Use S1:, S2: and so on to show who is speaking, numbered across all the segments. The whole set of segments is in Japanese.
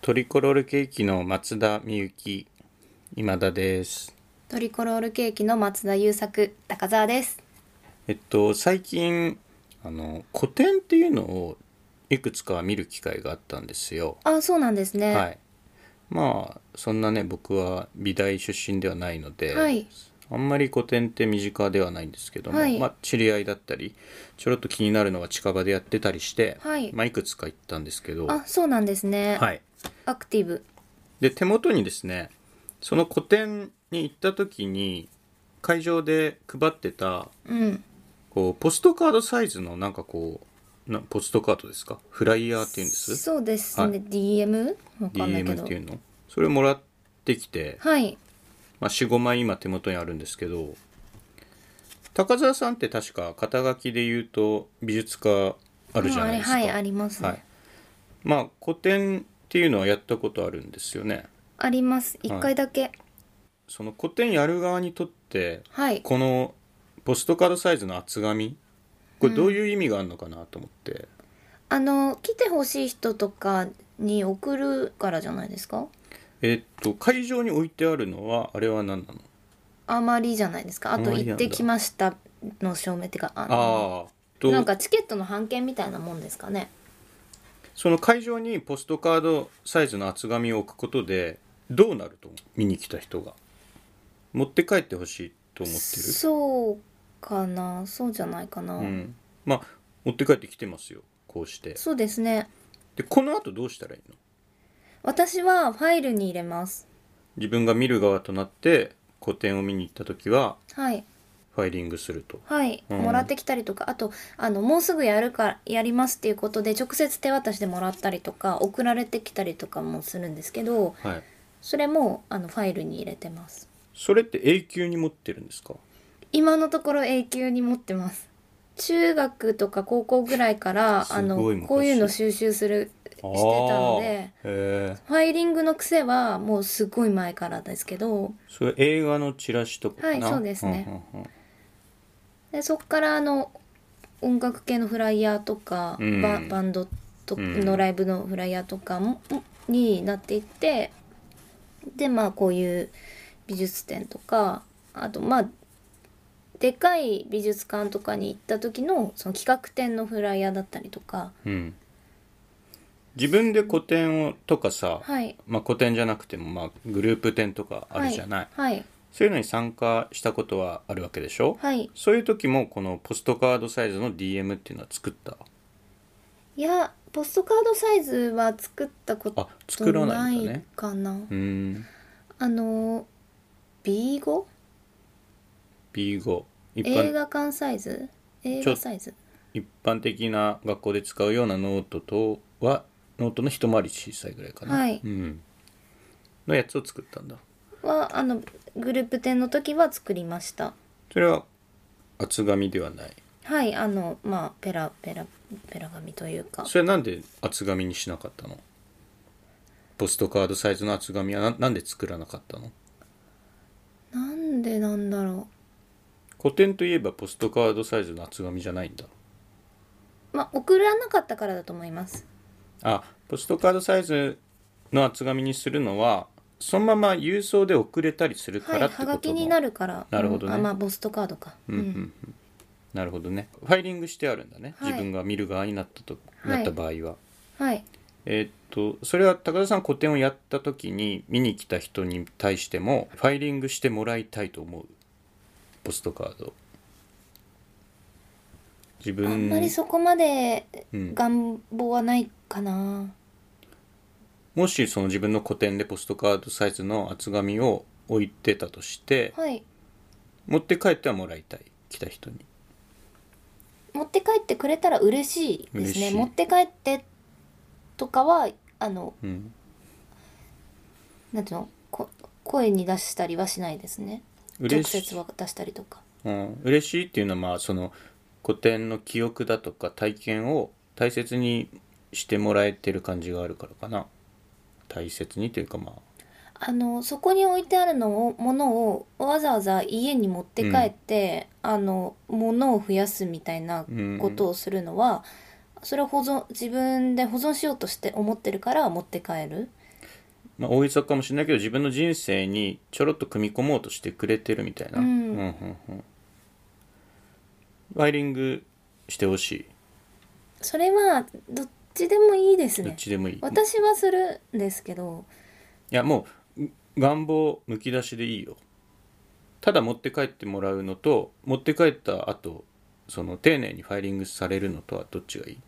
S1: トリコロールケーキの松田美由今田です。
S2: トリコロールケーキの松田優作高澤です
S1: えっと最近あの古典っていうのをいくつか見る機会があったんですよ。
S2: あそうなんですね
S1: はい。まあそんなね僕は美大出身ではないので、
S2: はい
S1: あんまり古典って身近ではないんですけども、
S2: はい
S1: まあ知り合いだったりちょろっと気になるのが近場でやってたりして、
S2: はい
S1: まあいくつか行ったんですけど、
S2: あそうなんですね、
S1: はい。
S2: アクティブ
S1: で手元にですねその個展に行った時に会場で配ってた
S2: うん
S1: こうポストカードサイズのなんかこうなポストカードですかフライヤーっていうんです
S2: そうですね、
S1: はい
S2: DM? わかんないけ
S1: DM
S2: ど
S1: っていうのそれをもらってきて、
S2: はい
S1: まあ、45枚今手元にあるんですけど高澤さんって確か肩書きで言うと美術家あるじゃないですか、
S2: うんあれはいありますね、
S1: はいまあ個展っていうのはやったことあるんですよね
S2: あります一回だけ
S1: その個展やる側にとって
S2: はい、
S1: このポストカードサイズの厚紙これどういう意味があるのかなと思って、
S2: あの来てほしい人とかに送るからじゃないですか
S1: えーっと会場に置いてあるのはあれは何なの
S2: あまりじゃないですかあ
S1: あま
S2: と
S1: りなんだ
S2: 行ってきましたの証明っていうかあの
S1: ああと
S2: なんかチケットの半券みたいなもんですかね
S1: その会場にポストカードサイズの厚紙を置くことでどうなると思う見に来た人が持って帰ってほしいと思ってる
S2: そうかなそうじゃないかな、
S1: うん、まあ持って帰ってきてますよこうして
S2: そうですね
S1: でこの後どうしたらいいの
S2: 私はファイルに入れます
S1: 自分が見る側となって個展を見に行った時は
S2: はい
S1: ファイリングすると
S2: はい、
S1: うん
S2: もらってきたりとかあとあのもうすぐやるからやりますっていうことで直接手渡しでもらったりとか送られてきたりとかもするんですけど
S1: はい
S2: それもあのファイルに入れてます
S1: それって永久に持ってるんですか
S2: 今のところ永久に持ってます中学とか高校ぐらいからあ
S1: すごい
S2: の
S1: 昔
S2: こういうの収集するして
S1: あ
S2: たので
S1: ーへえ
S2: ファイリングの癖はもうすごい前からですけど
S1: それ映画のチラシとかかな
S2: はいそうですね
S1: うんうんうん
S2: でそっからあの音楽系のフライヤーとか、
S1: うん
S2: ババンドと
S1: うん
S2: のライブのフライヤーとかも、になっていってでまあこういう美術展とかあとまあでかい美術館とかに行った時のその企画展のフライヤーだったりとか
S1: うん自分で個展をとかさ、
S2: はい
S1: まあ、個展じゃなくても、まあ、グループ展とかあるじゃない、
S2: はい
S1: そういうのに参加したことはあるわけでしょ、
S2: はい
S1: そういう時もこのポストカードサイズの DM っていうのは作った
S2: いやポストカードサイズは作ったこ
S1: あ
S2: と
S1: 作らな
S2: ない
S1: んだ
S2: い
S1: ね
S2: かな
S1: うーん
S2: あの B5?
S1: B5 一
S2: 映
S1: 般
S2: 画館サイズ映画サイズ
S1: 一般的な学校で使うようなノートとはノートの一回り小さいぐらいかな、
S2: はい
S1: うん、のやつを作ったんだ
S2: はあのグループ展の時は作りました
S1: それは厚紙ではない
S2: はいあのまあペラペラペラ紙というか
S1: それなんで厚紙にしなかったのポストカードサイズの厚紙はななんで作らなかったの
S2: なんでなんだろ
S1: 古典といえばポストカードサイズの厚紙じゃないんだ
S2: うまあ送らなかったからだと思います
S1: あポストカードサイズの厚紙にするのはそのまま郵送で送れたりする
S2: は
S1: か
S2: い
S1: らってこ
S2: は
S1: とも、
S2: がきになるから
S1: なるほどね
S2: うんあまあポストカードかうん、
S1: なるほどねファイリングしてあるんだね、
S2: はい
S1: 自分が見る側になったと、
S2: はい
S1: なった場合は
S2: はい
S1: えーっとそれは高田さん個展をやった時に見に来た人に対してもファイリングしてもらいたいと思うポストカード自
S2: あ
S1: 分
S2: んまりそこまで
S1: うん
S2: 願望はないかな、
S1: もしその自分の個展でポストカードサイズの厚紙を置いてたとして、
S2: はい
S1: 持って帰ってはもらいたい来た人に
S2: 持って帰ってくれたら嬉しいで
S1: 嬉
S2: す
S1: し
S2: ね
S1: い
S2: 持って帰ってとかはあの
S1: うん
S2: なんていうのこ声に出したりはしないですね直
S1: 嬉し
S2: 接
S1: い、
S2: は出したりとか
S1: うん、嬉しいっていうのはまあその古典の記憶だとか体験を大切にしてもらえてる感じがあるからかな大切にというかまあ
S2: あのそこに置いてあるのをものをわざわざ家に持って帰って、あのものを増やすみたいなことをするのは、それを保存自分で保存しようとして思ってるから持って帰る
S1: まあ、大げさかもしれないけど自分の人生にちょろっと組み込もうとしてくれてるみたいな、
S2: うん
S1: うんうんワイリングしてほしい
S2: それはどっちでもいいです
S1: どっ
S2: ね
S1: ちでもいい、い
S2: 私はするんですけど
S1: やもう願望むき出しでいいよただ持って帰ってもらうのと持って帰った後その丁寧にファイリングされるのとはどっちがいい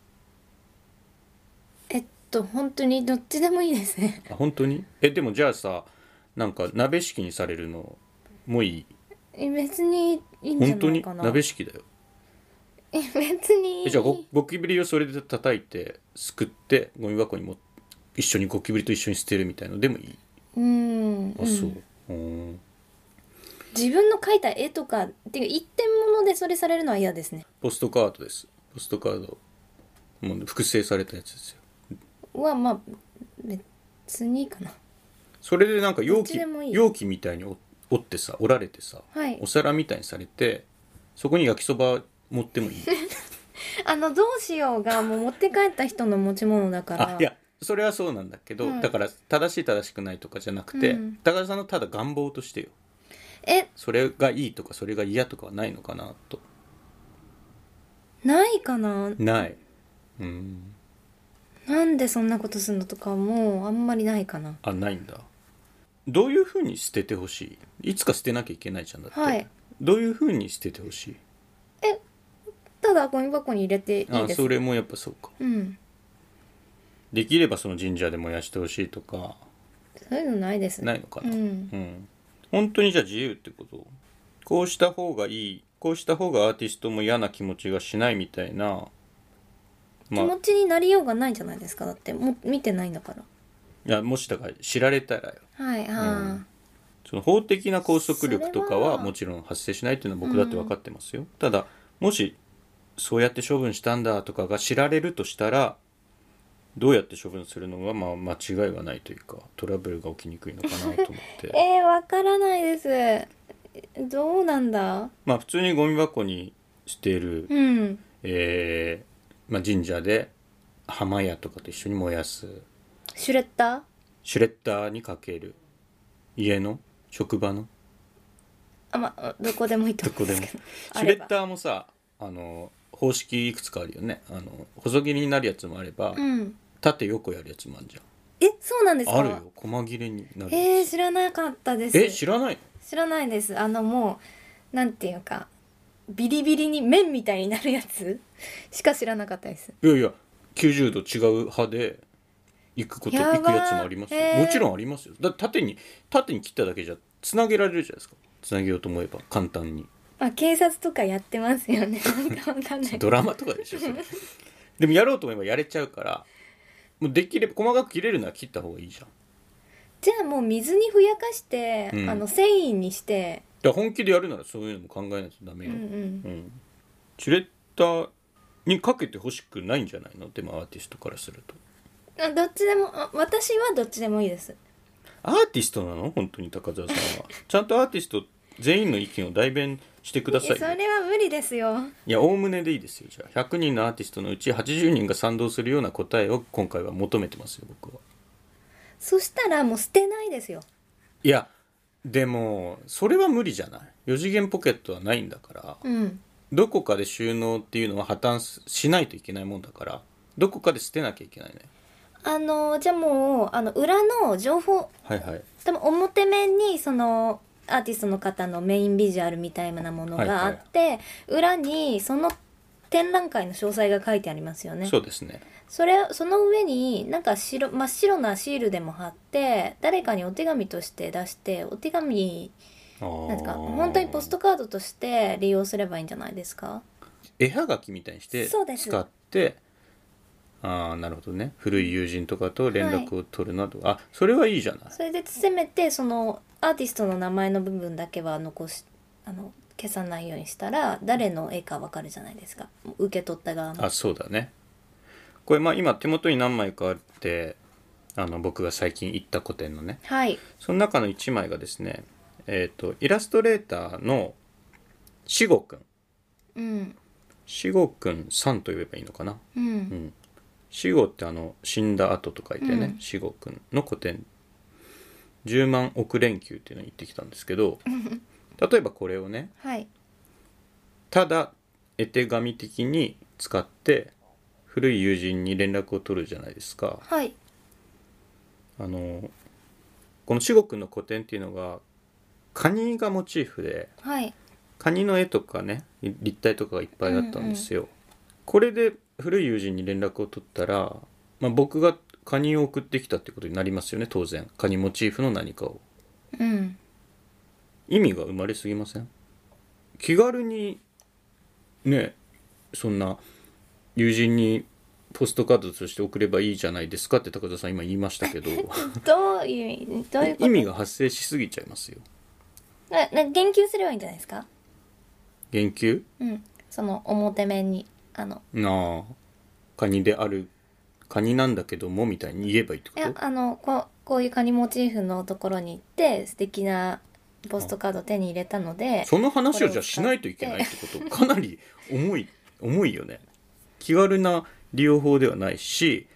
S2: えっと本当にどっちでもいいですね
S1: あ本当にえでもじゃあさなんか鍋敷きにされるのもいい
S2: 別にいいんじゃ
S1: 本当
S2: ない
S1: に
S2: かな
S1: 鍋敷きだよ
S2: え別に
S1: えじゃあゴゴキブリをそれで叩いてすくってゴミ箱にも一緒にゴキブリと一緒に捨てるみたいのでもいい
S2: うん、
S1: あそううんうん
S2: 自分の描いた絵とかっていうか一点物でそれされるのは嫌ですね
S1: ポストカードですポストカードもう複製されたやつですよ
S2: はまあ別にいいかな
S1: それでなんか容
S2: どっち
S1: 器
S2: でもいい
S1: 容器みたいに折折ってさ折られてさ、
S2: はい
S1: お皿みたいにされてそこに焼きそば持って もいい
S2: あのどうしようがもう持って帰った人の持ち物だか
S1: あ
S2: ら
S1: いやそれはそうなんだけど、
S2: うん
S1: だから正しい正しくないとかじゃなくて、
S2: うん
S1: 高田さんのただ願望としてよ
S2: え
S1: それがいいとかそれが嫌とかはないのかなと
S2: ないかな
S1: ないうん
S2: なんでそんなことするのとかもうあんまりないかな
S1: あないんだどういうふうに捨ててほしいいつか捨てなきゃいけないじゃんだって、
S2: はい
S1: どういうふうに捨ててほしい
S2: ただゴミ箱に入れていい
S1: あ
S2: です
S1: それもやっぱそうか
S2: うん
S1: できればその神社で燃やしてほしいとか
S2: そういうのないです
S1: ないのか
S2: う
S1: な、
S2: ん
S1: うん、本当にじゃあ自由ってことこうした方がいいこうした方がアーティストも嫌な気持ちがしないみたいなまあ
S2: 気持ちになりようがないじゃないですかだってもう見てないんだから
S1: いやもしだから知られたらよ
S2: はい
S1: う
S2: あー
S1: んその法的な拘束力とかは
S2: それは
S1: もちろん発生しないっていうのは僕だって分かってますよ、ただもしそうやって処分したんだとかが知られるとしたらどうやって処分するのがまあ間違いがないというかトラブルが起きにくいのかなと思って
S2: えー、わからないですえどうなんだ
S1: まあ普通にゴミ箱にしている、
S2: うん
S1: えーまあ、神社で浜屋とかと一緒に燃やす
S2: シュレッダー
S1: シュレッダーにかける家の職場の
S2: あまあどこでもいいと思うんですけど
S1: シュレッダーもさあの方式いくつかあるよねあの細切りになるやつもあれば、
S2: ーうん
S1: 縦横やるやつもあるじ
S2: えそうなんです
S1: ゃん
S2: か
S1: あるよ細切れになる
S2: えー、知らなかったです
S1: え知らない
S2: 知らないですあのもうなんていうかビリビリに麺みたいになるやつ しか知らなかったです
S1: いやいや90度違う派で行くこと
S2: やばい
S1: 行くやつもありますよ、
S2: えー
S1: もちろんありますよだって縦に縦に切っただけじゃつなげられるじゃないですかつなげようと思えば簡単に
S2: まあ警察とかやってますよ ねなんかわかんない
S1: ドラマとかでしょ それでもやろうと思えばやれちゃうからもうできれば細かく切れるなら切った方がいいじゃん
S2: じゃあもう水にふやかして、
S1: うん
S2: あの繊維にして、
S1: だから本気でやるならそういうのも考えないとダメ
S2: うん
S1: よ、
S2: うん、
S1: うん、シュレッダーにかけてほしくないんじゃないのでもアーティストからすると
S2: あどっちでもあ私はどっちでもいいです
S1: アーティストなの本当に高澤さ んはちゃんとアーティスト全員の意見を代弁してくだ
S2: い
S1: さ
S2: や
S1: い
S2: そ
S1: よ
S2: れは無理ですよ
S1: いやおおむねでいいですよじゃあ100人のアーティストのうち80人が賛同するような答えを今回は求めてますよ僕は
S2: そしたらもう捨てないですよ
S1: いやでもそれは無理じゃない4次元ポケットはないんだから
S2: うん
S1: どこかで収納っていうのは破綻すしないといけないもんだからどこかで捨てなきゃいけないね
S2: あのじゃあもうあの裏の情報
S1: はいはい
S2: 多分表面にそのアーティストの方のメインビジュアルみたいなものがあって、裏にその展覧会の詳細が書いてありますよね
S1: そうですね
S2: それその上になんか白真っ白なシールでも貼って誰かにお手紙として出してお手紙
S1: な
S2: なんか本当にポストカードとして利用すればいいんじゃないですか
S1: 絵はがきみたいにして
S2: そうです
S1: 使ってああなるほどね古い友人とかと連絡を取るなど、あそれはいいじゃない
S2: それでせめてそのアーティストの名前の部分だけは残しあの消さないようにしたら誰の絵かわかるじゃないですか受け取った側の
S1: あそうだねこれまあ今手元に何枚かあってあの僕が最近行った古典のね
S2: はい
S1: その中の1枚がですねえっ、とイラストレーターのしごくん
S2: うん
S1: しごくんさんと呼べばいいのかな
S2: う
S1: うんん死後ってあの死んだ後と書いてね、
S2: うん
S1: 死後くんの古典10万億連休っていうのに行ってきたんですけど例えばこれをね
S2: はい
S1: ただ絵手紙的に使って古い友人に連絡を取るじゃないですか。
S2: はい
S1: あのこの至極の古典っていうのがカニがモチーフで
S2: はい
S1: カニの絵とかねい立体とかがいっぱいあったんですよ。これで古い友人に連絡を取ったら、まあ、僕がカニを送ってきたってことになりますよね当然カニモチーフの何かを。
S2: うん
S1: 意味が生まれすぎません気軽にねそんな友人にポストカードとして送ればいいじゃないですかって高田さん今言いました けど
S2: どういう意味どういうこと
S1: 意味が発生しすぎちゃいますよ
S2: ななんか言及すればいいんじゃないですか
S1: 言及
S2: うんその表面にあの
S1: なあカニであるカニなんだけどもみたいに言えばいいって
S2: い
S1: こ
S2: や
S1: と
S2: あのこうこういうカニモチーフのところに行って素敵なポストカードを手に入れたので
S1: その話をじゃあしないといけないってことかなり重い重いよね気軽な利用法ではないし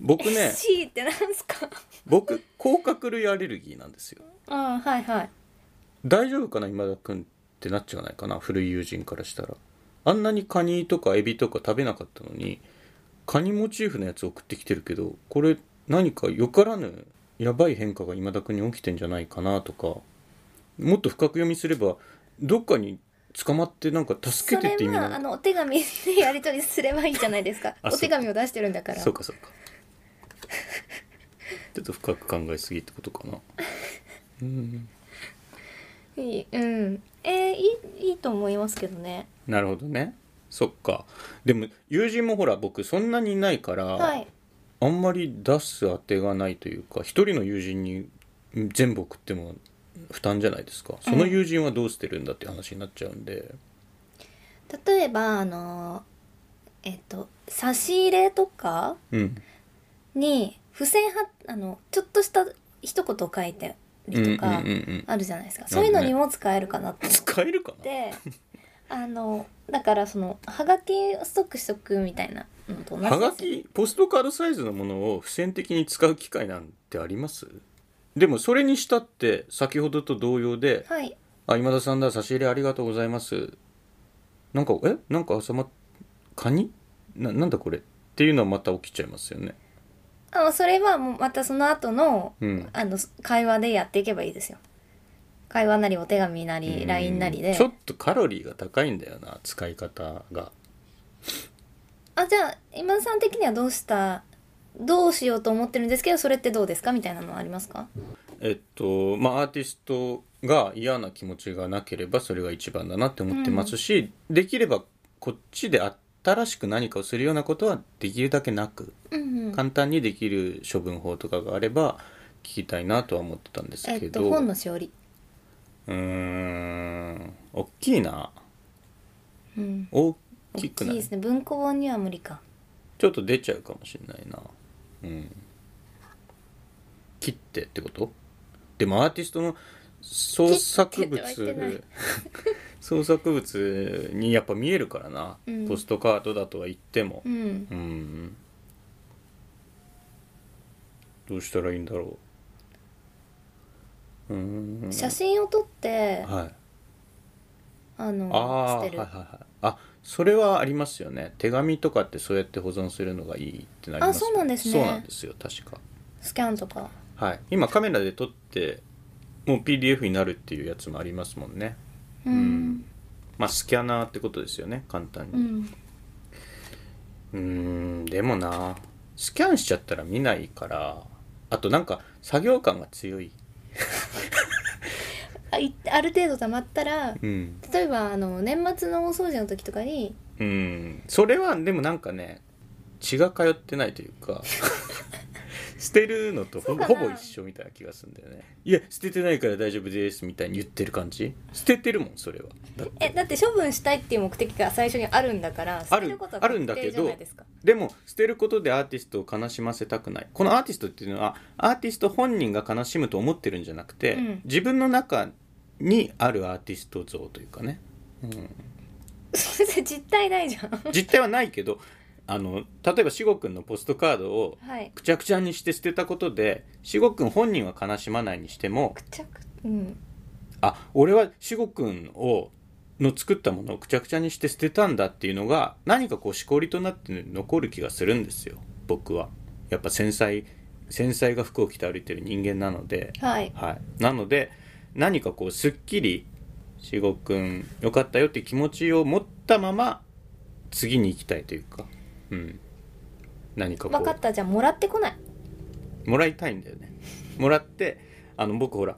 S1: 僕 ね
S2: C ってなんすか
S1: 僕甲殻類アレルギーなんですよ
S2: ああはいはい
S1: 大丈夫かな今田君ってなっちゃわないかな古い友人からしたらあんなにカニとかエビとか食べなかったのにカニモチーフのやつ送ってきてるけどこれ何かよからぬやばい変化が今田君に起きてんじゃないかなとかもっと深く読みすればどっかに捕まってなんか助
S2: そ
S1: けて
S2: れ
S1: って意味な
S2: はあ
S1: の
S2: のお手紙でやり取りすればいいじゃないですか
S1: あ
S2: お手紙を出してるんだから
S1: そうかそうか ちょっと深く考えすぎってことかなうん
S2: いいうんえー、いいいいと思いますけどね
S1: なるほどねそっかでも友人もほら僕そんなにいないから、
S2: はい
S1: あんまり出す当てがないというか一人の友人に全部送っても負担じゃないですかその友人はどうしてるんだって話になっちゃうんで、
S2: 例えばあのえっと差し入れとか
S1: うん、
S2: に付箋はあのちょっとした一言を書いて
S1: うんうんう
S2: る
S1: ん
S2: とか
S1: うん
S2: あるじゃないですか、
S1: うん
S2: そういうのにも使えるかなって
S1: 使えるかな
S2: であのだからそのはがきをストックしとくみたいなのと同じです
S1: はがきポストカードサイズのものを付箋的に使う機会なんてありますでもそれにしたって先ほどと同様で
S2: はい
S1: あ今田さんだ差し入れありがとうございますなんかえなんか朝まカニななんだこれっていうのはまた起きちゃいますよね
S2: あのそれはもうまたその後の
S1: うん
S2: あの会話でやっていけばいいですよ会話なりお手紙なり LINE なり
S1: うん
S2: で
S1: ちょっとカロリーが高いんだよな使い方が
S2: あじゃあ今田さん的にはどうしたどうしようと思ってるんですけどそれってどうですかみたいなのはありますか
S1: えっとまあアーティストが嫌な気持ちがなければそれが一番だなって思ってますし、できればこっちで新しく何かをするようなことはできるだけなく
S2: うんうん
S1: 簡単にできる処分法とかがあれば聞きたいなとは思ってたんです
S2: え
S1: け
S2: っ
S1: ど、
S2: と本のしおり
S1: うーん大きいな
S2: うん
S1: 大
S2: 大
S1: き
S2: き
S1: くない
S2: いですね文庫本には無理か
S1: ちょっと出ちゃうかもしれないなうん切ってってことでもアーティストの創作
S2: 切ってっては言ってない
S1: 物創作物にやっぱ見えるからな、
S2: うん
S1: ポストカードだとは言っても
S2: うん
S1: うん、どうしたらいいんだろううーん
S2: 写真を撮って
S1: はい
S2: あの
S1: ああ
S2: 捨
S1: は
S2: て
S1: い
S2: る、
S1: はいはいあそれはありますよね手紙とかってそうやって保存するのがいいってなります
S2: あそうなんですね
S1: そうなんですよ確か
S2: スキャンとか
S1: はい今カメラで撮ってもう PDF になるっていうやつもありますもんね
S2: う
S1: うん
S2: ん、
S1: まあスキャナーってことですよね簡単
S2: う
S1: に
S2: ん、
S1: うーんでもなスキャンしちゃったら見ないからあとなんか作業感が強い
S2: あいある程度たまったら
S1: うん
S2: 例えばあの年末の大掃除の時とかに
S1: うんそれはでもなんかね血が通ってないという か捨てるのとほぼ
S2: そうか
S1: ほ
S2: な
S1: ぼ一緒みたいな気がするんだよねいや捨ててないから大丈夫ですみたいに言ってる感じ捨ててるもんそれはだって
S2: えだって処分したいっていう目的が最初にあるんだから捨てることは
S1: あるんだけ
S2: 確定
S1: ど
S2: じゃないですか
S1: でも捨てることでアーティストを悲しませたくないこのアーティストっていうのはアーティスト本人が悲しむと思ってるんじゃなくて、
S2: うん
S1: 自分の中にあるアーティスト像というかね、うん、
S2: それ実体ないじゃん
S1: 実態はないけどあの例えば至極君のポストカードを
S2: はい
S1: くちゃくちゃにして捨てたことで至極君本人は悲しまないにしても
S2: くちゃくうん
S1: あ俺は至極君をの作ったものをくちゃくちゃにして捨てたんだっていうのが何かこうしこりとなって残る気がするんですよ僕はやっぱ繊細繊細が服を着て歩いてる人間なので
S2: はい
S1: はい、なので何かこうすっきり至極くんよかったよって気持ちを持ったまま次に行きたいというか、うん、何かこ
S2: 分かっ
S1: う
S2: たじゃあもらってこない
S1: もらいたいんだよねもらってあの僕ほら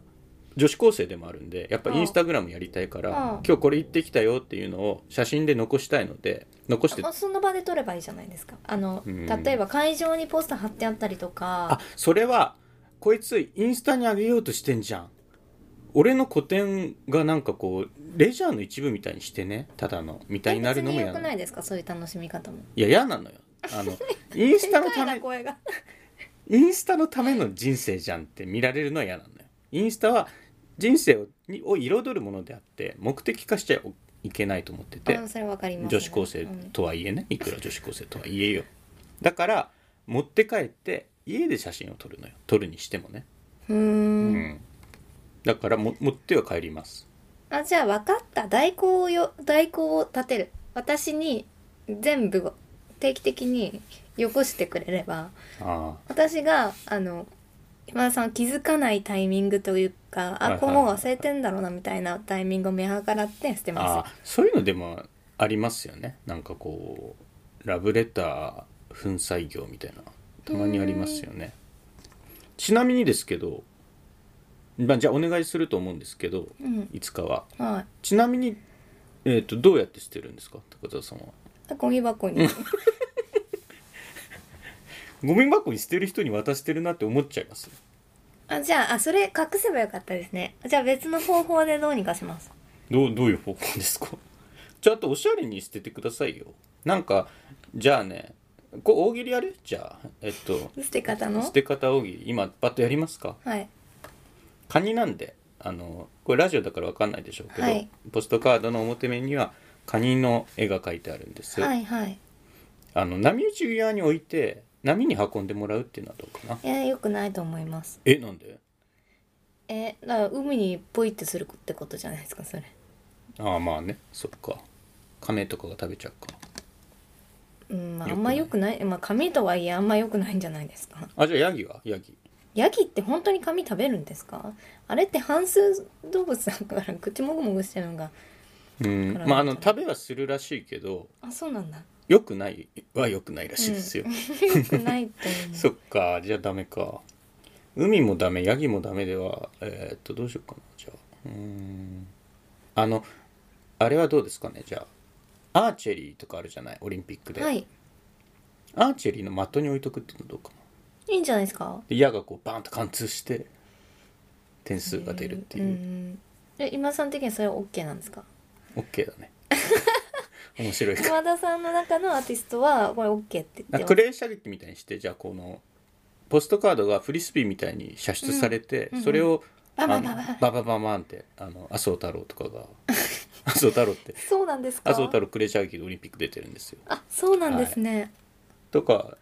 S1: 女子高生でもあるんでやっぱ
S2: うん
S1: インスタグラムやりたいか
S2: うん
S1: ら今日これ行ってきたよっていうのを写真で残したいので残して
S2: あその場で撮ればいいじゃないですかあの、
S1: うん
S2: 例えば会場にポスター貼ってあったりとか
S1: あそれはこいつインスタに上げようとしてんじゃん俺の個展がなんかこうレジャーの一部みたいにしてねただのみたいになるのも
S2: え別
S1: 嫌
S2: に良
S1: な
S2: く
S1: の
S2: ないいですかそういう楽しみ方も
S1: や嫌なのよあ のインスタの
S2: でか
S1: た
S2: いな
S1: め
S2: 声が
S1: インスタのための人生じゃんって見られるのは嫌なのよインスタは人生をにを彩るものであって目的化しちゃいけないと思ってて
S2: あそれわかります、
S1: 女子高生
S2: うん
S1: とはいえねいくら女子高生とはいえよだから持って帰って家で写真を撮るのよ撮るにしてもね
S2: うーん
S1: うんだからも持っては帰ります
S2: あじゃあ分かった代行をよ代行を立てる私に全部を定期的によこしてくれれば
S1: あ
S2: 私があの今田さん気づかないタイミングというか
S1: はいはい
S2: あこうもう忘れてんだろうなみたいなタイミングを見計らって捨て
S1: ーあ
S2: ま
S1: ーそういうのでもありますよねなんかこうラブレター粉砕業みたいなたまにありますよねちなみにですけど、まあ、じゃあお願いすると思うんですけど
S2: すうん
S1: いつかは
S2: はい
S1: ちなみに、えー、とどうやって捨てるんですか高田さんは
S2: あゴミ 箱に
S1: ゴミ箱に捨てる人に渡してるなって思っちゃいます
S2: あじゃああそれ隠せばよかったですねじゃあ別の方法でどうにかします
S1: どうどういう方向ですか ちょっとおしゃれに捨ててくださいよなんかじゃあねこう大喜利やるじゃあえっと
S2: 捨て方の
S1: 捨て方大喜利今パッとやりますか
S2: はい
S1: カニなんであのこれラジオだから分かんないでしょうけど、
S2: はい
S1: ポストカードの表面にはカニの絵が描いてあるんです、
S2: はいはい
S1: あの波打ち際に置いて波に運んでもらうっていうのはどうかな
S2: えよくないと思います
S1: えなんで
S2: えだから海にポイってするってことじゃないですかそれ
S1: ああまあねそっか亀とかが食べちゃうか
S2: うんまああ
S1: よくない
S2: んま良くないまあ紙とはいえあんま良くないんじゃないですか
S1: あじゃあヤギはヤギ
S2: ヤギって本当に紙食べるんですかあれって半数動物だから口もぐもぐしてるのが
S1: うん
S2: から
S1: まああの食べはするらしいけど
S2: あそうなんだ
S1: 良くないは良くないらしいですよ、
S2: 良くないと思 う
S1: そっかじゃあダメか海もダメヤギもダメではえーっとどうしようかなじゃあうーんあのあれはどうですかねじゃあアーチェリーとかあるじゃないオリンピックで、
S2: はい
S1: アーチェリーの的に置いとくっていうのどうかない
S2: いんじゃないですか
S1: で矢がこうバーンと貫通して点数が出るっていう、
S2: んえ今さん的にはそれは OK なんですか
S1: OK だ ね面白いか
S2: 今田さんの中のアーティストはこれ OK って言って
S1: なん
S2: ま
S1: か
S2: す
S1: クレー射撃みたいにしてじゃあこのポストカードがフリスビーみたいに射出されて、
S2: うんうん
S1: それを、
S2: バ
S1: あ
S2: バ
S1: の
S2: バババ
S1: ババババンってあの麻生太郎とか が麻生太郎って
S2: そうなんですか
S1: 麻生太郎クレー射撃でオリンピック出てるんですよ
S2: あそうなんですね、
S1: とか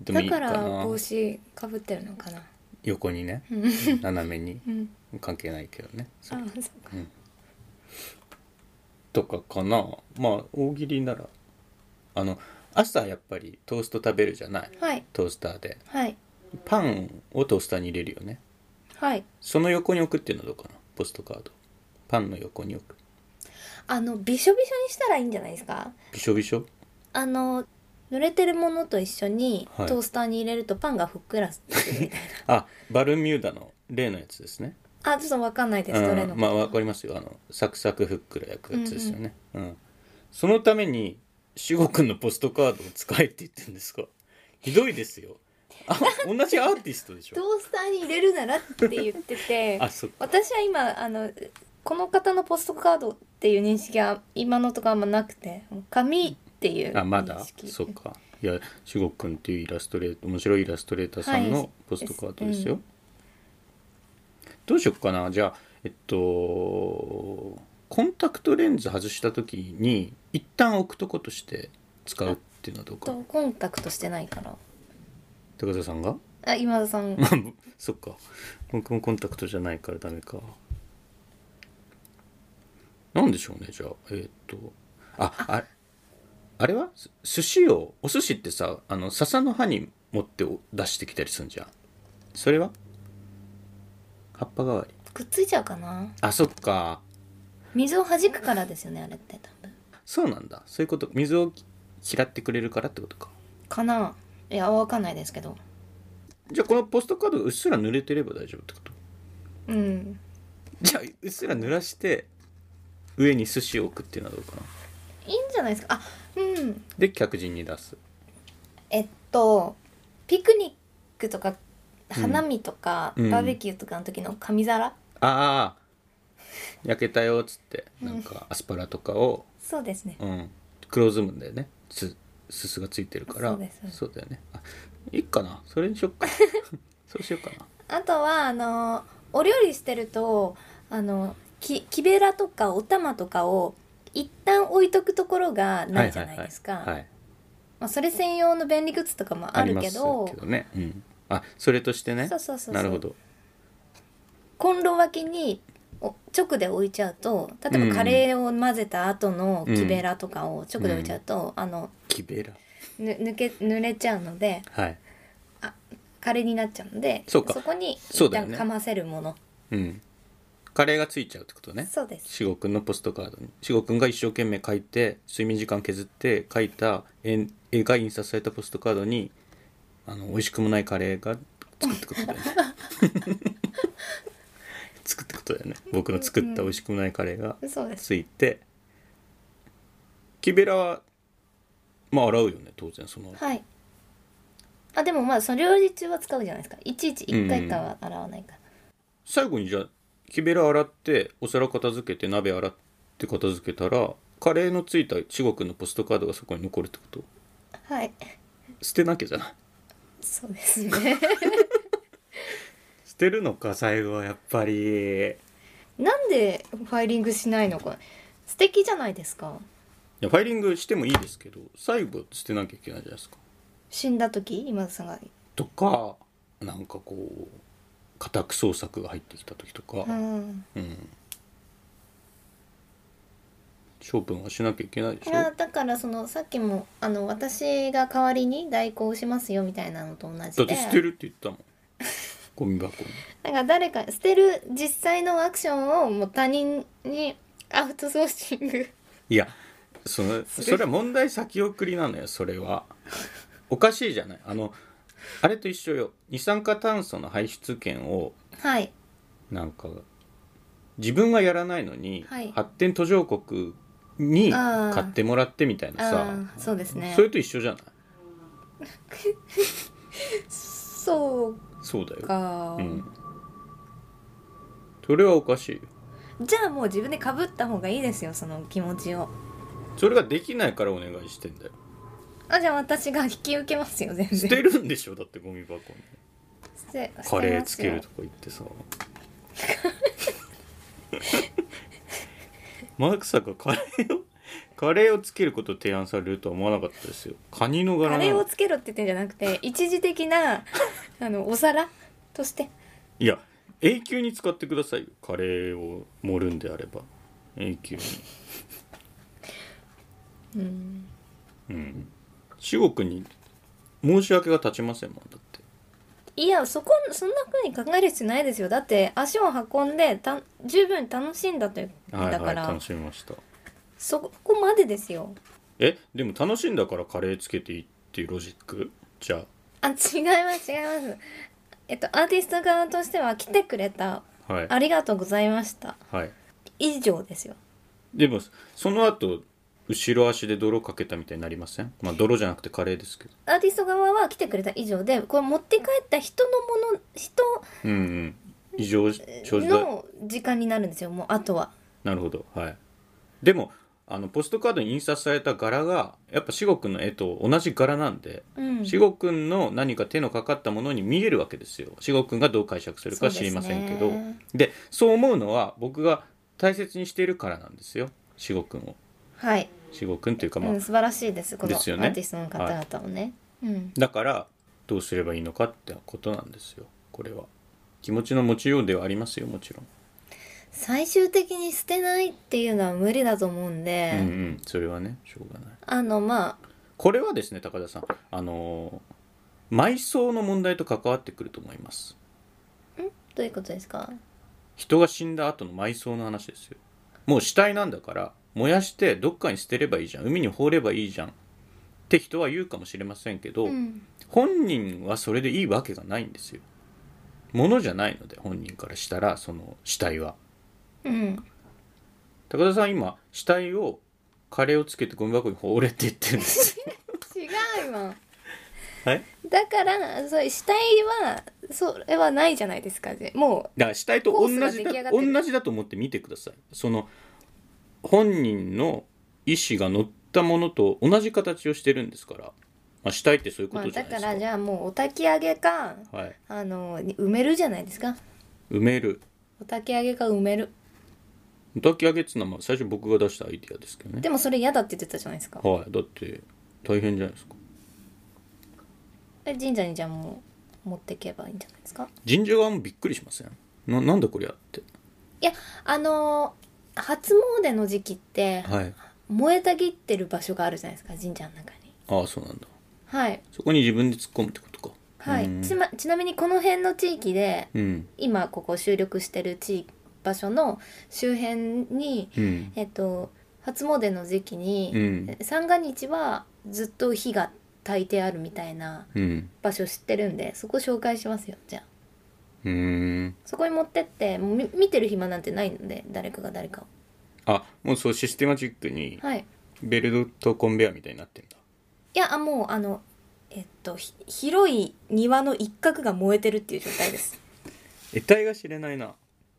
S1: でもい
S2: だ
S1: いか
S2: から
S1: な
S2: 帽子かぶってるのかな
S1: 横にね
S2: うん
S1: 斜めに
S2: うん
S1: 関係ないけどね
S2: あそ
S1: そうれ
S2: か
S1: とかかなまあ大喜利ならあの朝やっぱりトースト食べるじゃない
S2: はい
S1: トースターで
S2: はい
S1: パンをトースターに入れるよね
S2: はい
S1: その横に置くっていうのはどうかなポストカードパンの横に置く
S2: あのびしょびしょにしたらいいんじゃないですか
S1: びしょびしょ
S2: あの濡れてるものと一緒に
S1: はい
S2: トースターに入れるとパンがふっくらするみたい
S1: あバルミューダの例のやつですね
S2: なあちょっとわかんないですどれの
S1: うん、まあわか
S2: り
S1: りますよあのサクサクふっくら焼くやつですよねうん、そのためにしごくんのポストカードを使えって言ってるんですかひどいですよあ同じアーティストでし
S2: ト
S1: ょ
S2: ースターに入れるならって言ってて
S1: あそっか
S2: 私は今あのこの方のポストカードっていう認識は今のところあんまなくてもう紙っていう認識
S1: あまだそっかいやしごくんっていうイラストレート面白いイラストレーターさん
S2: はい
S1: のポストカードですよ、
S2: うん
S1: どうしよっかなじゃあえっとコンタクトレンズ外した時に一旦置くとことして使うっていうのはどうか
S2: とコンタクトしてないから
S1: 高田さんが
S2: あ今田さん
S1: そっか僕もコンタクトじゃないからダメかなんでしょうねじゃあえーっとあああれはす寿司をお寿司ってさあの笹の葉に持ってお出してきたりするんじゃんそれは葉っぱ代わり
S2: くっついちゃうかな
S1: あそっか
S2: 水を弾くからですよねあれって多分
S1: そうなんだそういうこと水を嫌ってくれるからってことか
S2: かないやわかんないですけど
S1: じゃあこのポストカードがうっすら濡れてれば大丈夫ってこと
S2: うん
S1: じゃあうっすら濡らして上に寿司を置くっていうのはどうかない
S2: いんじゃないですかあうん
S1: で客人に出す
S2: えっとピクニックとか花見とか、
S1: うん
S2: バーベキューとかの時の紙皿、
S1: ああ焼けたよっつってなんかアスパラとかを、
S2: そうですね
S1: うん、黒ずむんだよねすすすがついてるから
S2: そうですそうです
S1: だよねあいいかなそれにしよっ かそうしようかな
S2: あとはあのお料理してるとあのき木べらとかお玉とかを一旦置いとくところがないじゃないです
S1: ははは
S2: か
S1: い、
S2: まあそれ専用の便利グッズとかもあるけ
S1: あ
S2: ど
S1: りますけどね、うん、あそれとしてね
S2: そうそうそうそう
S1: なるほど
S2: コンロ脇にお直で置いちゃうと例えばカレーを混ぜた後の木べらとかを直で置いちゃうと、あの
S1: 木べら
S2: ぬ抜け濡れちゃうので
S1: はい
S2: カレーになっちゃうので
S1: そうか
S2: こに
S1: そ
S2: 一
S1: うだよ
S2: 旦
S1: ね
S2: かませるもの
S1: うんカレーがついちゃうってことね
S2: そうです
S1: しごくんのポストカードにしごくんが一生懸命書いて睡眠時間削って書いた絵絵が印刷されたポストカードにあの美味しくもないカレーが作ってことだよね 作ってことだよね僕の作った美味しくもないカレーが
S2: そうです
S1: ついて木べらはまあ洗うよね当然その
S2: はいあでもまあその料理中は使うじゃないですかいちいち一回かは洗わないから、
S1: 最後にじゃあ木べら洗ってお皿片付けて鍋洗って片付けたらカレーのついた中国のポストカードがそこに残るってこと
S2: はい
S1: 捨てなきゃじゃない
S2: そうです ね
S1: 捨てるのか最後はやっぱりい
S2: なんでファイリングしないのか素敵じゃないですか
S1: やファイリングしてもいいですけど最後捨てなきゃいけないじゃないですか
S2: 死んだ時今田さんが
S1: とかなんかこう家宅捜索が入ってきた時とか、
S2: うん
S1: うん処分はしなきゃいけないでし
S2: い
S1: ょ
S2: やだからそのさっきもあの私が代わりに代行しますよみたいなのと同
S1: だ
S2: じ
S1: っ
S2: で
S1: て捨てるって言った もんゴミ箱に
S2: なんか誰か捨てる実際のアクションをもう他人にアウトソーシング
S1: いやそのそれは問題先送りなのよそれはおかしいじゃないあのあれと一緒よ二酸化炭素の排出権を
S2: はい
S1: なんか自分がやらないのに、
S2: はい
S1: 発展途上国に
S2: あー
S1: 買ってもらってみたいなさ
S2: ああそうですね
S1: それと一緒じゃない
S2: そ
S1: そうだよ
S2: う、か、
S1: うん、それはおかしいよ
S2: じゃあもう自分でかぶった方がいいですよその気持ちを
S1: それができないからお願いしてんだよ
S2: あじゃあ私が引き受けますよ全然
S1: 捨てるんでしょだってゴミ箱に
S2: 捨て捨てますよ
S1: カレーつけるとか言ってさまさかカレーをカレーをつけることを提案されるとは思わなかったですよカニの柄な
S2: カ
S1: の
S2: レーをつけろって言ってんじゃなくて一時的なあのお皿として
S1: いや永久に使ってくださいよカレーを盛るんであれば永久に
S2: うん
S1: うん中国に申し訳が立ちませんもんだって
S2: いやそこそんな風に考える必要ないですよだって足を運んでた十分楽しんだという
S1: はい
S2: だ
S1: は
S2: か
S1: い
S2: ら、
S1: 楽しみました
S2: そこまでですよ
S1: えでも楽しんだからカレーつけていいっていうロジックじゃ
S2: あ違います違いますえっとアーティスト側としては来てくれた
S1: あはい
S2: ありがとうございました
S1: はい
S2: 以上ですよ
S1: でもその後後ろ足で泥かけたみたいになりませんまあ泥じゃなくてカレーですけど
S2: アーティスト側は来てくれた以上でこれ持って帰った人のもの人
S1: うんうん異常症状だ
S2: の時間になるんですよもうあとは
S1: なるほどはいでもあのポストカードに印刷された柄がやっぱ志くんの絵と同じ柄なんで
S2: うん
S1: 志くんの何か手のかかったものに見えるわけですよ志くんがどう解釈するか知りませんけ
S2: そ
S1: ど
S2: うです
S1: で,、
S2: ね
S1: そう思うのは僕が大切にしているからなんですよ志くんを
S2: はい
S1: 至極君というかまあ、
S2: うん、素晴らしいですこのア
S1: ですよね
S2: ーティストの方々をね。うん
S1: だからどうすればいいのかってことなんですよこれは気持ちの持ちようではありますよもちろん、
S2: 最終的に捨てないっていうのは無理だと思うんで、
S1: うんうんそれはねしょうがない
S2: あのまあ
S1: これはですね高田さんあのー埋葬の問題と関わってくると思います
S2: どういうことですか
S1: 人が死んだ後の埋葬の話ですよもう死体なんだから燃やしてどっかに捨てればいいじゃん海に放ればいいじゃんって人は言うかもしれませんけど、
S2: うん
S1: 本人はそれでいいわけがないんですよものじゃないので本人からしたらその死体は
S2: うん
S1: 高田さん今死体をカレーをつけてゴミ箱に放れって言ってるんですよ
S2: 違うよ
S1: はい
S2: だからそう死体はそれはないじゃないですかでも
S1: だから死体と
S2: コ
S1: 同
S2: ースが
S1: じ
S2: 出来上が
S1: だ
S2: ってる
S1: 同じだと思って見てくださいその本人の意思が乗ったものと同じ形をしてるんですから、まあ、死体ってそういう
S2: う、
S1: こ
S2: まあ、
S1: とじゃ
S2: だ
S1: ないで
S2: か
S1: す
S2: ら
S1: か,、
S2: じゃあもうお焚き上げか
S1: はい、
S2: あのに埋めるじゃないですか
S1: 埋める
S2: お焚き上げか埋める
S1: 抱き上げっていうのはまあ最初僕が出したアイディアですけどね
S2: でもそれ嫌だって言ってたじゃないですか
S1: はいだって大変じゃないですか
S2: え神社にじゃあもう持ってけばいいんじゃないですか
S1: 神社側もびっくりしませんななんだこりゃって
S2: いやあの初詣の時期って
S1: はい
S2: 燃えたぎってる場所があるじゃないですか神社の中に
S1: ああそうなんだ
S2: はい
S1: そこに自分で突っ込むってことか
S2: はい、
S1: うん
S2: ちまちなみにこの辺の地域で
S1: うん
S2: 今ここ収録してる地域場所の周辺に、
S1: うん
S2: えっと初詣の時期
S1: う
S2: に、
S1: ん
S2: 三が日はずっと火が焚いてあるみたいな
S1: うん
S2: 場所知ってるんでそこ紹介しますよじゃあ
S1: うーん
S2: そこに持ってってもうみ見てる暇なんてないので誰かが誰かを
S1: あもうそうシステマチックに
S2: はい
S1: ベルトコンベアみたいになってんだ
S2: いやあもうあのえっとひ広い庭の一角が燃えてるっていう状態です
S1: 得体が知れないな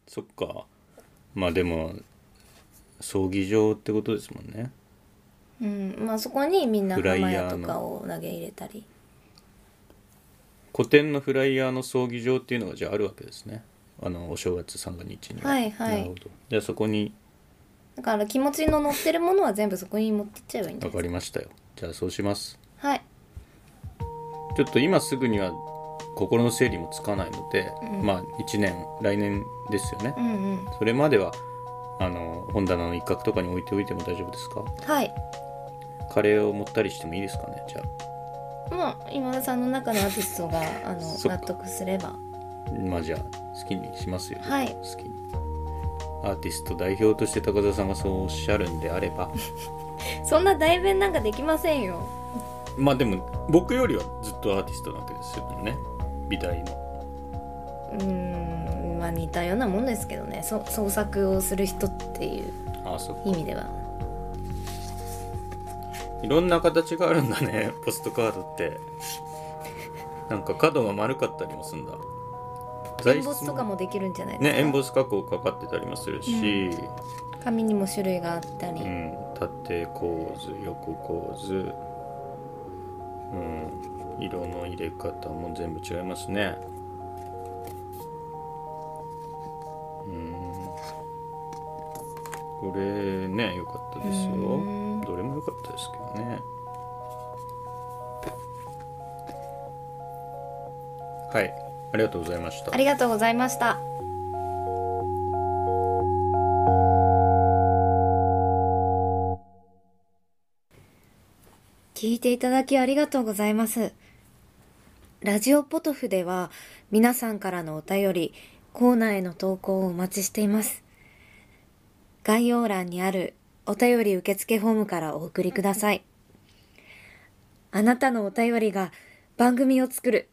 S1: そっかまあでも葬儀場ってことですもんね
S2: うんまあそこにみんな
S1: フライ
S2: 浜
S1: ヤ
S2: 屋
S1: ーの
S2: とかを投げ入れたり
S1: 古典のフライヤーの葬儀場っていうのがじゃああるわけですねあのお正月三が日に
S2: はいはい
S1: なるほどじゃあそこに
S2: だから気持ちの乗ってるものは全部そこに持ってっちゃえばいいんじゃ
S1: 分
S2: ない
S1: か
S2: で
S1: りましたよじゃあそうします
S2: すかはい
S1: ちょっと今すぐには心の整理もつかないので、
S2: うん
S1: まあ1年来年ですよね、
S2: うんうん
S1: それまではあの本棚の一角とかに置いておいても大丈夫ですか
S2: はい
S1: カレーを持ったりしてもいいですかねじゃあ
S2: もう今田さんの中のアーティストがあの
S1: そっ
S2: 納
S1: か
S2: 得すれば
S1: まあじゃあ好きにしますよ、
S2: はい
S1: 好きにアーティスト代表として高田さんがそうおっしゃるんであれば
S2: そんな代弁なんかできませんよ
S1: まあでも僕よりはずっとアーティストなわけですよね美大の
S2: うーんまあ似たようなもんですけどねそ創作をする人っていう
S1: ああそう
S2: 意味ではい
S1: ろんな形があるんだねポストカードってなんか角が丸かったりもするんだ
S2: エンボスとか
S1: も
S2: もできるんじゃないです
S1: ね
S2: か
S1: エンボス加工かかってたりもするし、
S2: 紙にも種類があったり、
S1: うん、縦構図横構図、うん、色の入れ方も全部違いますねうんこれね良かったですよ
S2: うん
S1: どれも良かったですけどねはいありがとうございました
S2: ありがとうございました聞いていただきありがとうございますラジオポトフでは皆さんからのお便りコーナーへの投稿をお待ちしています概要欄にあるお便り受付フォームからお送りくださいあなたのお便りが番組を作る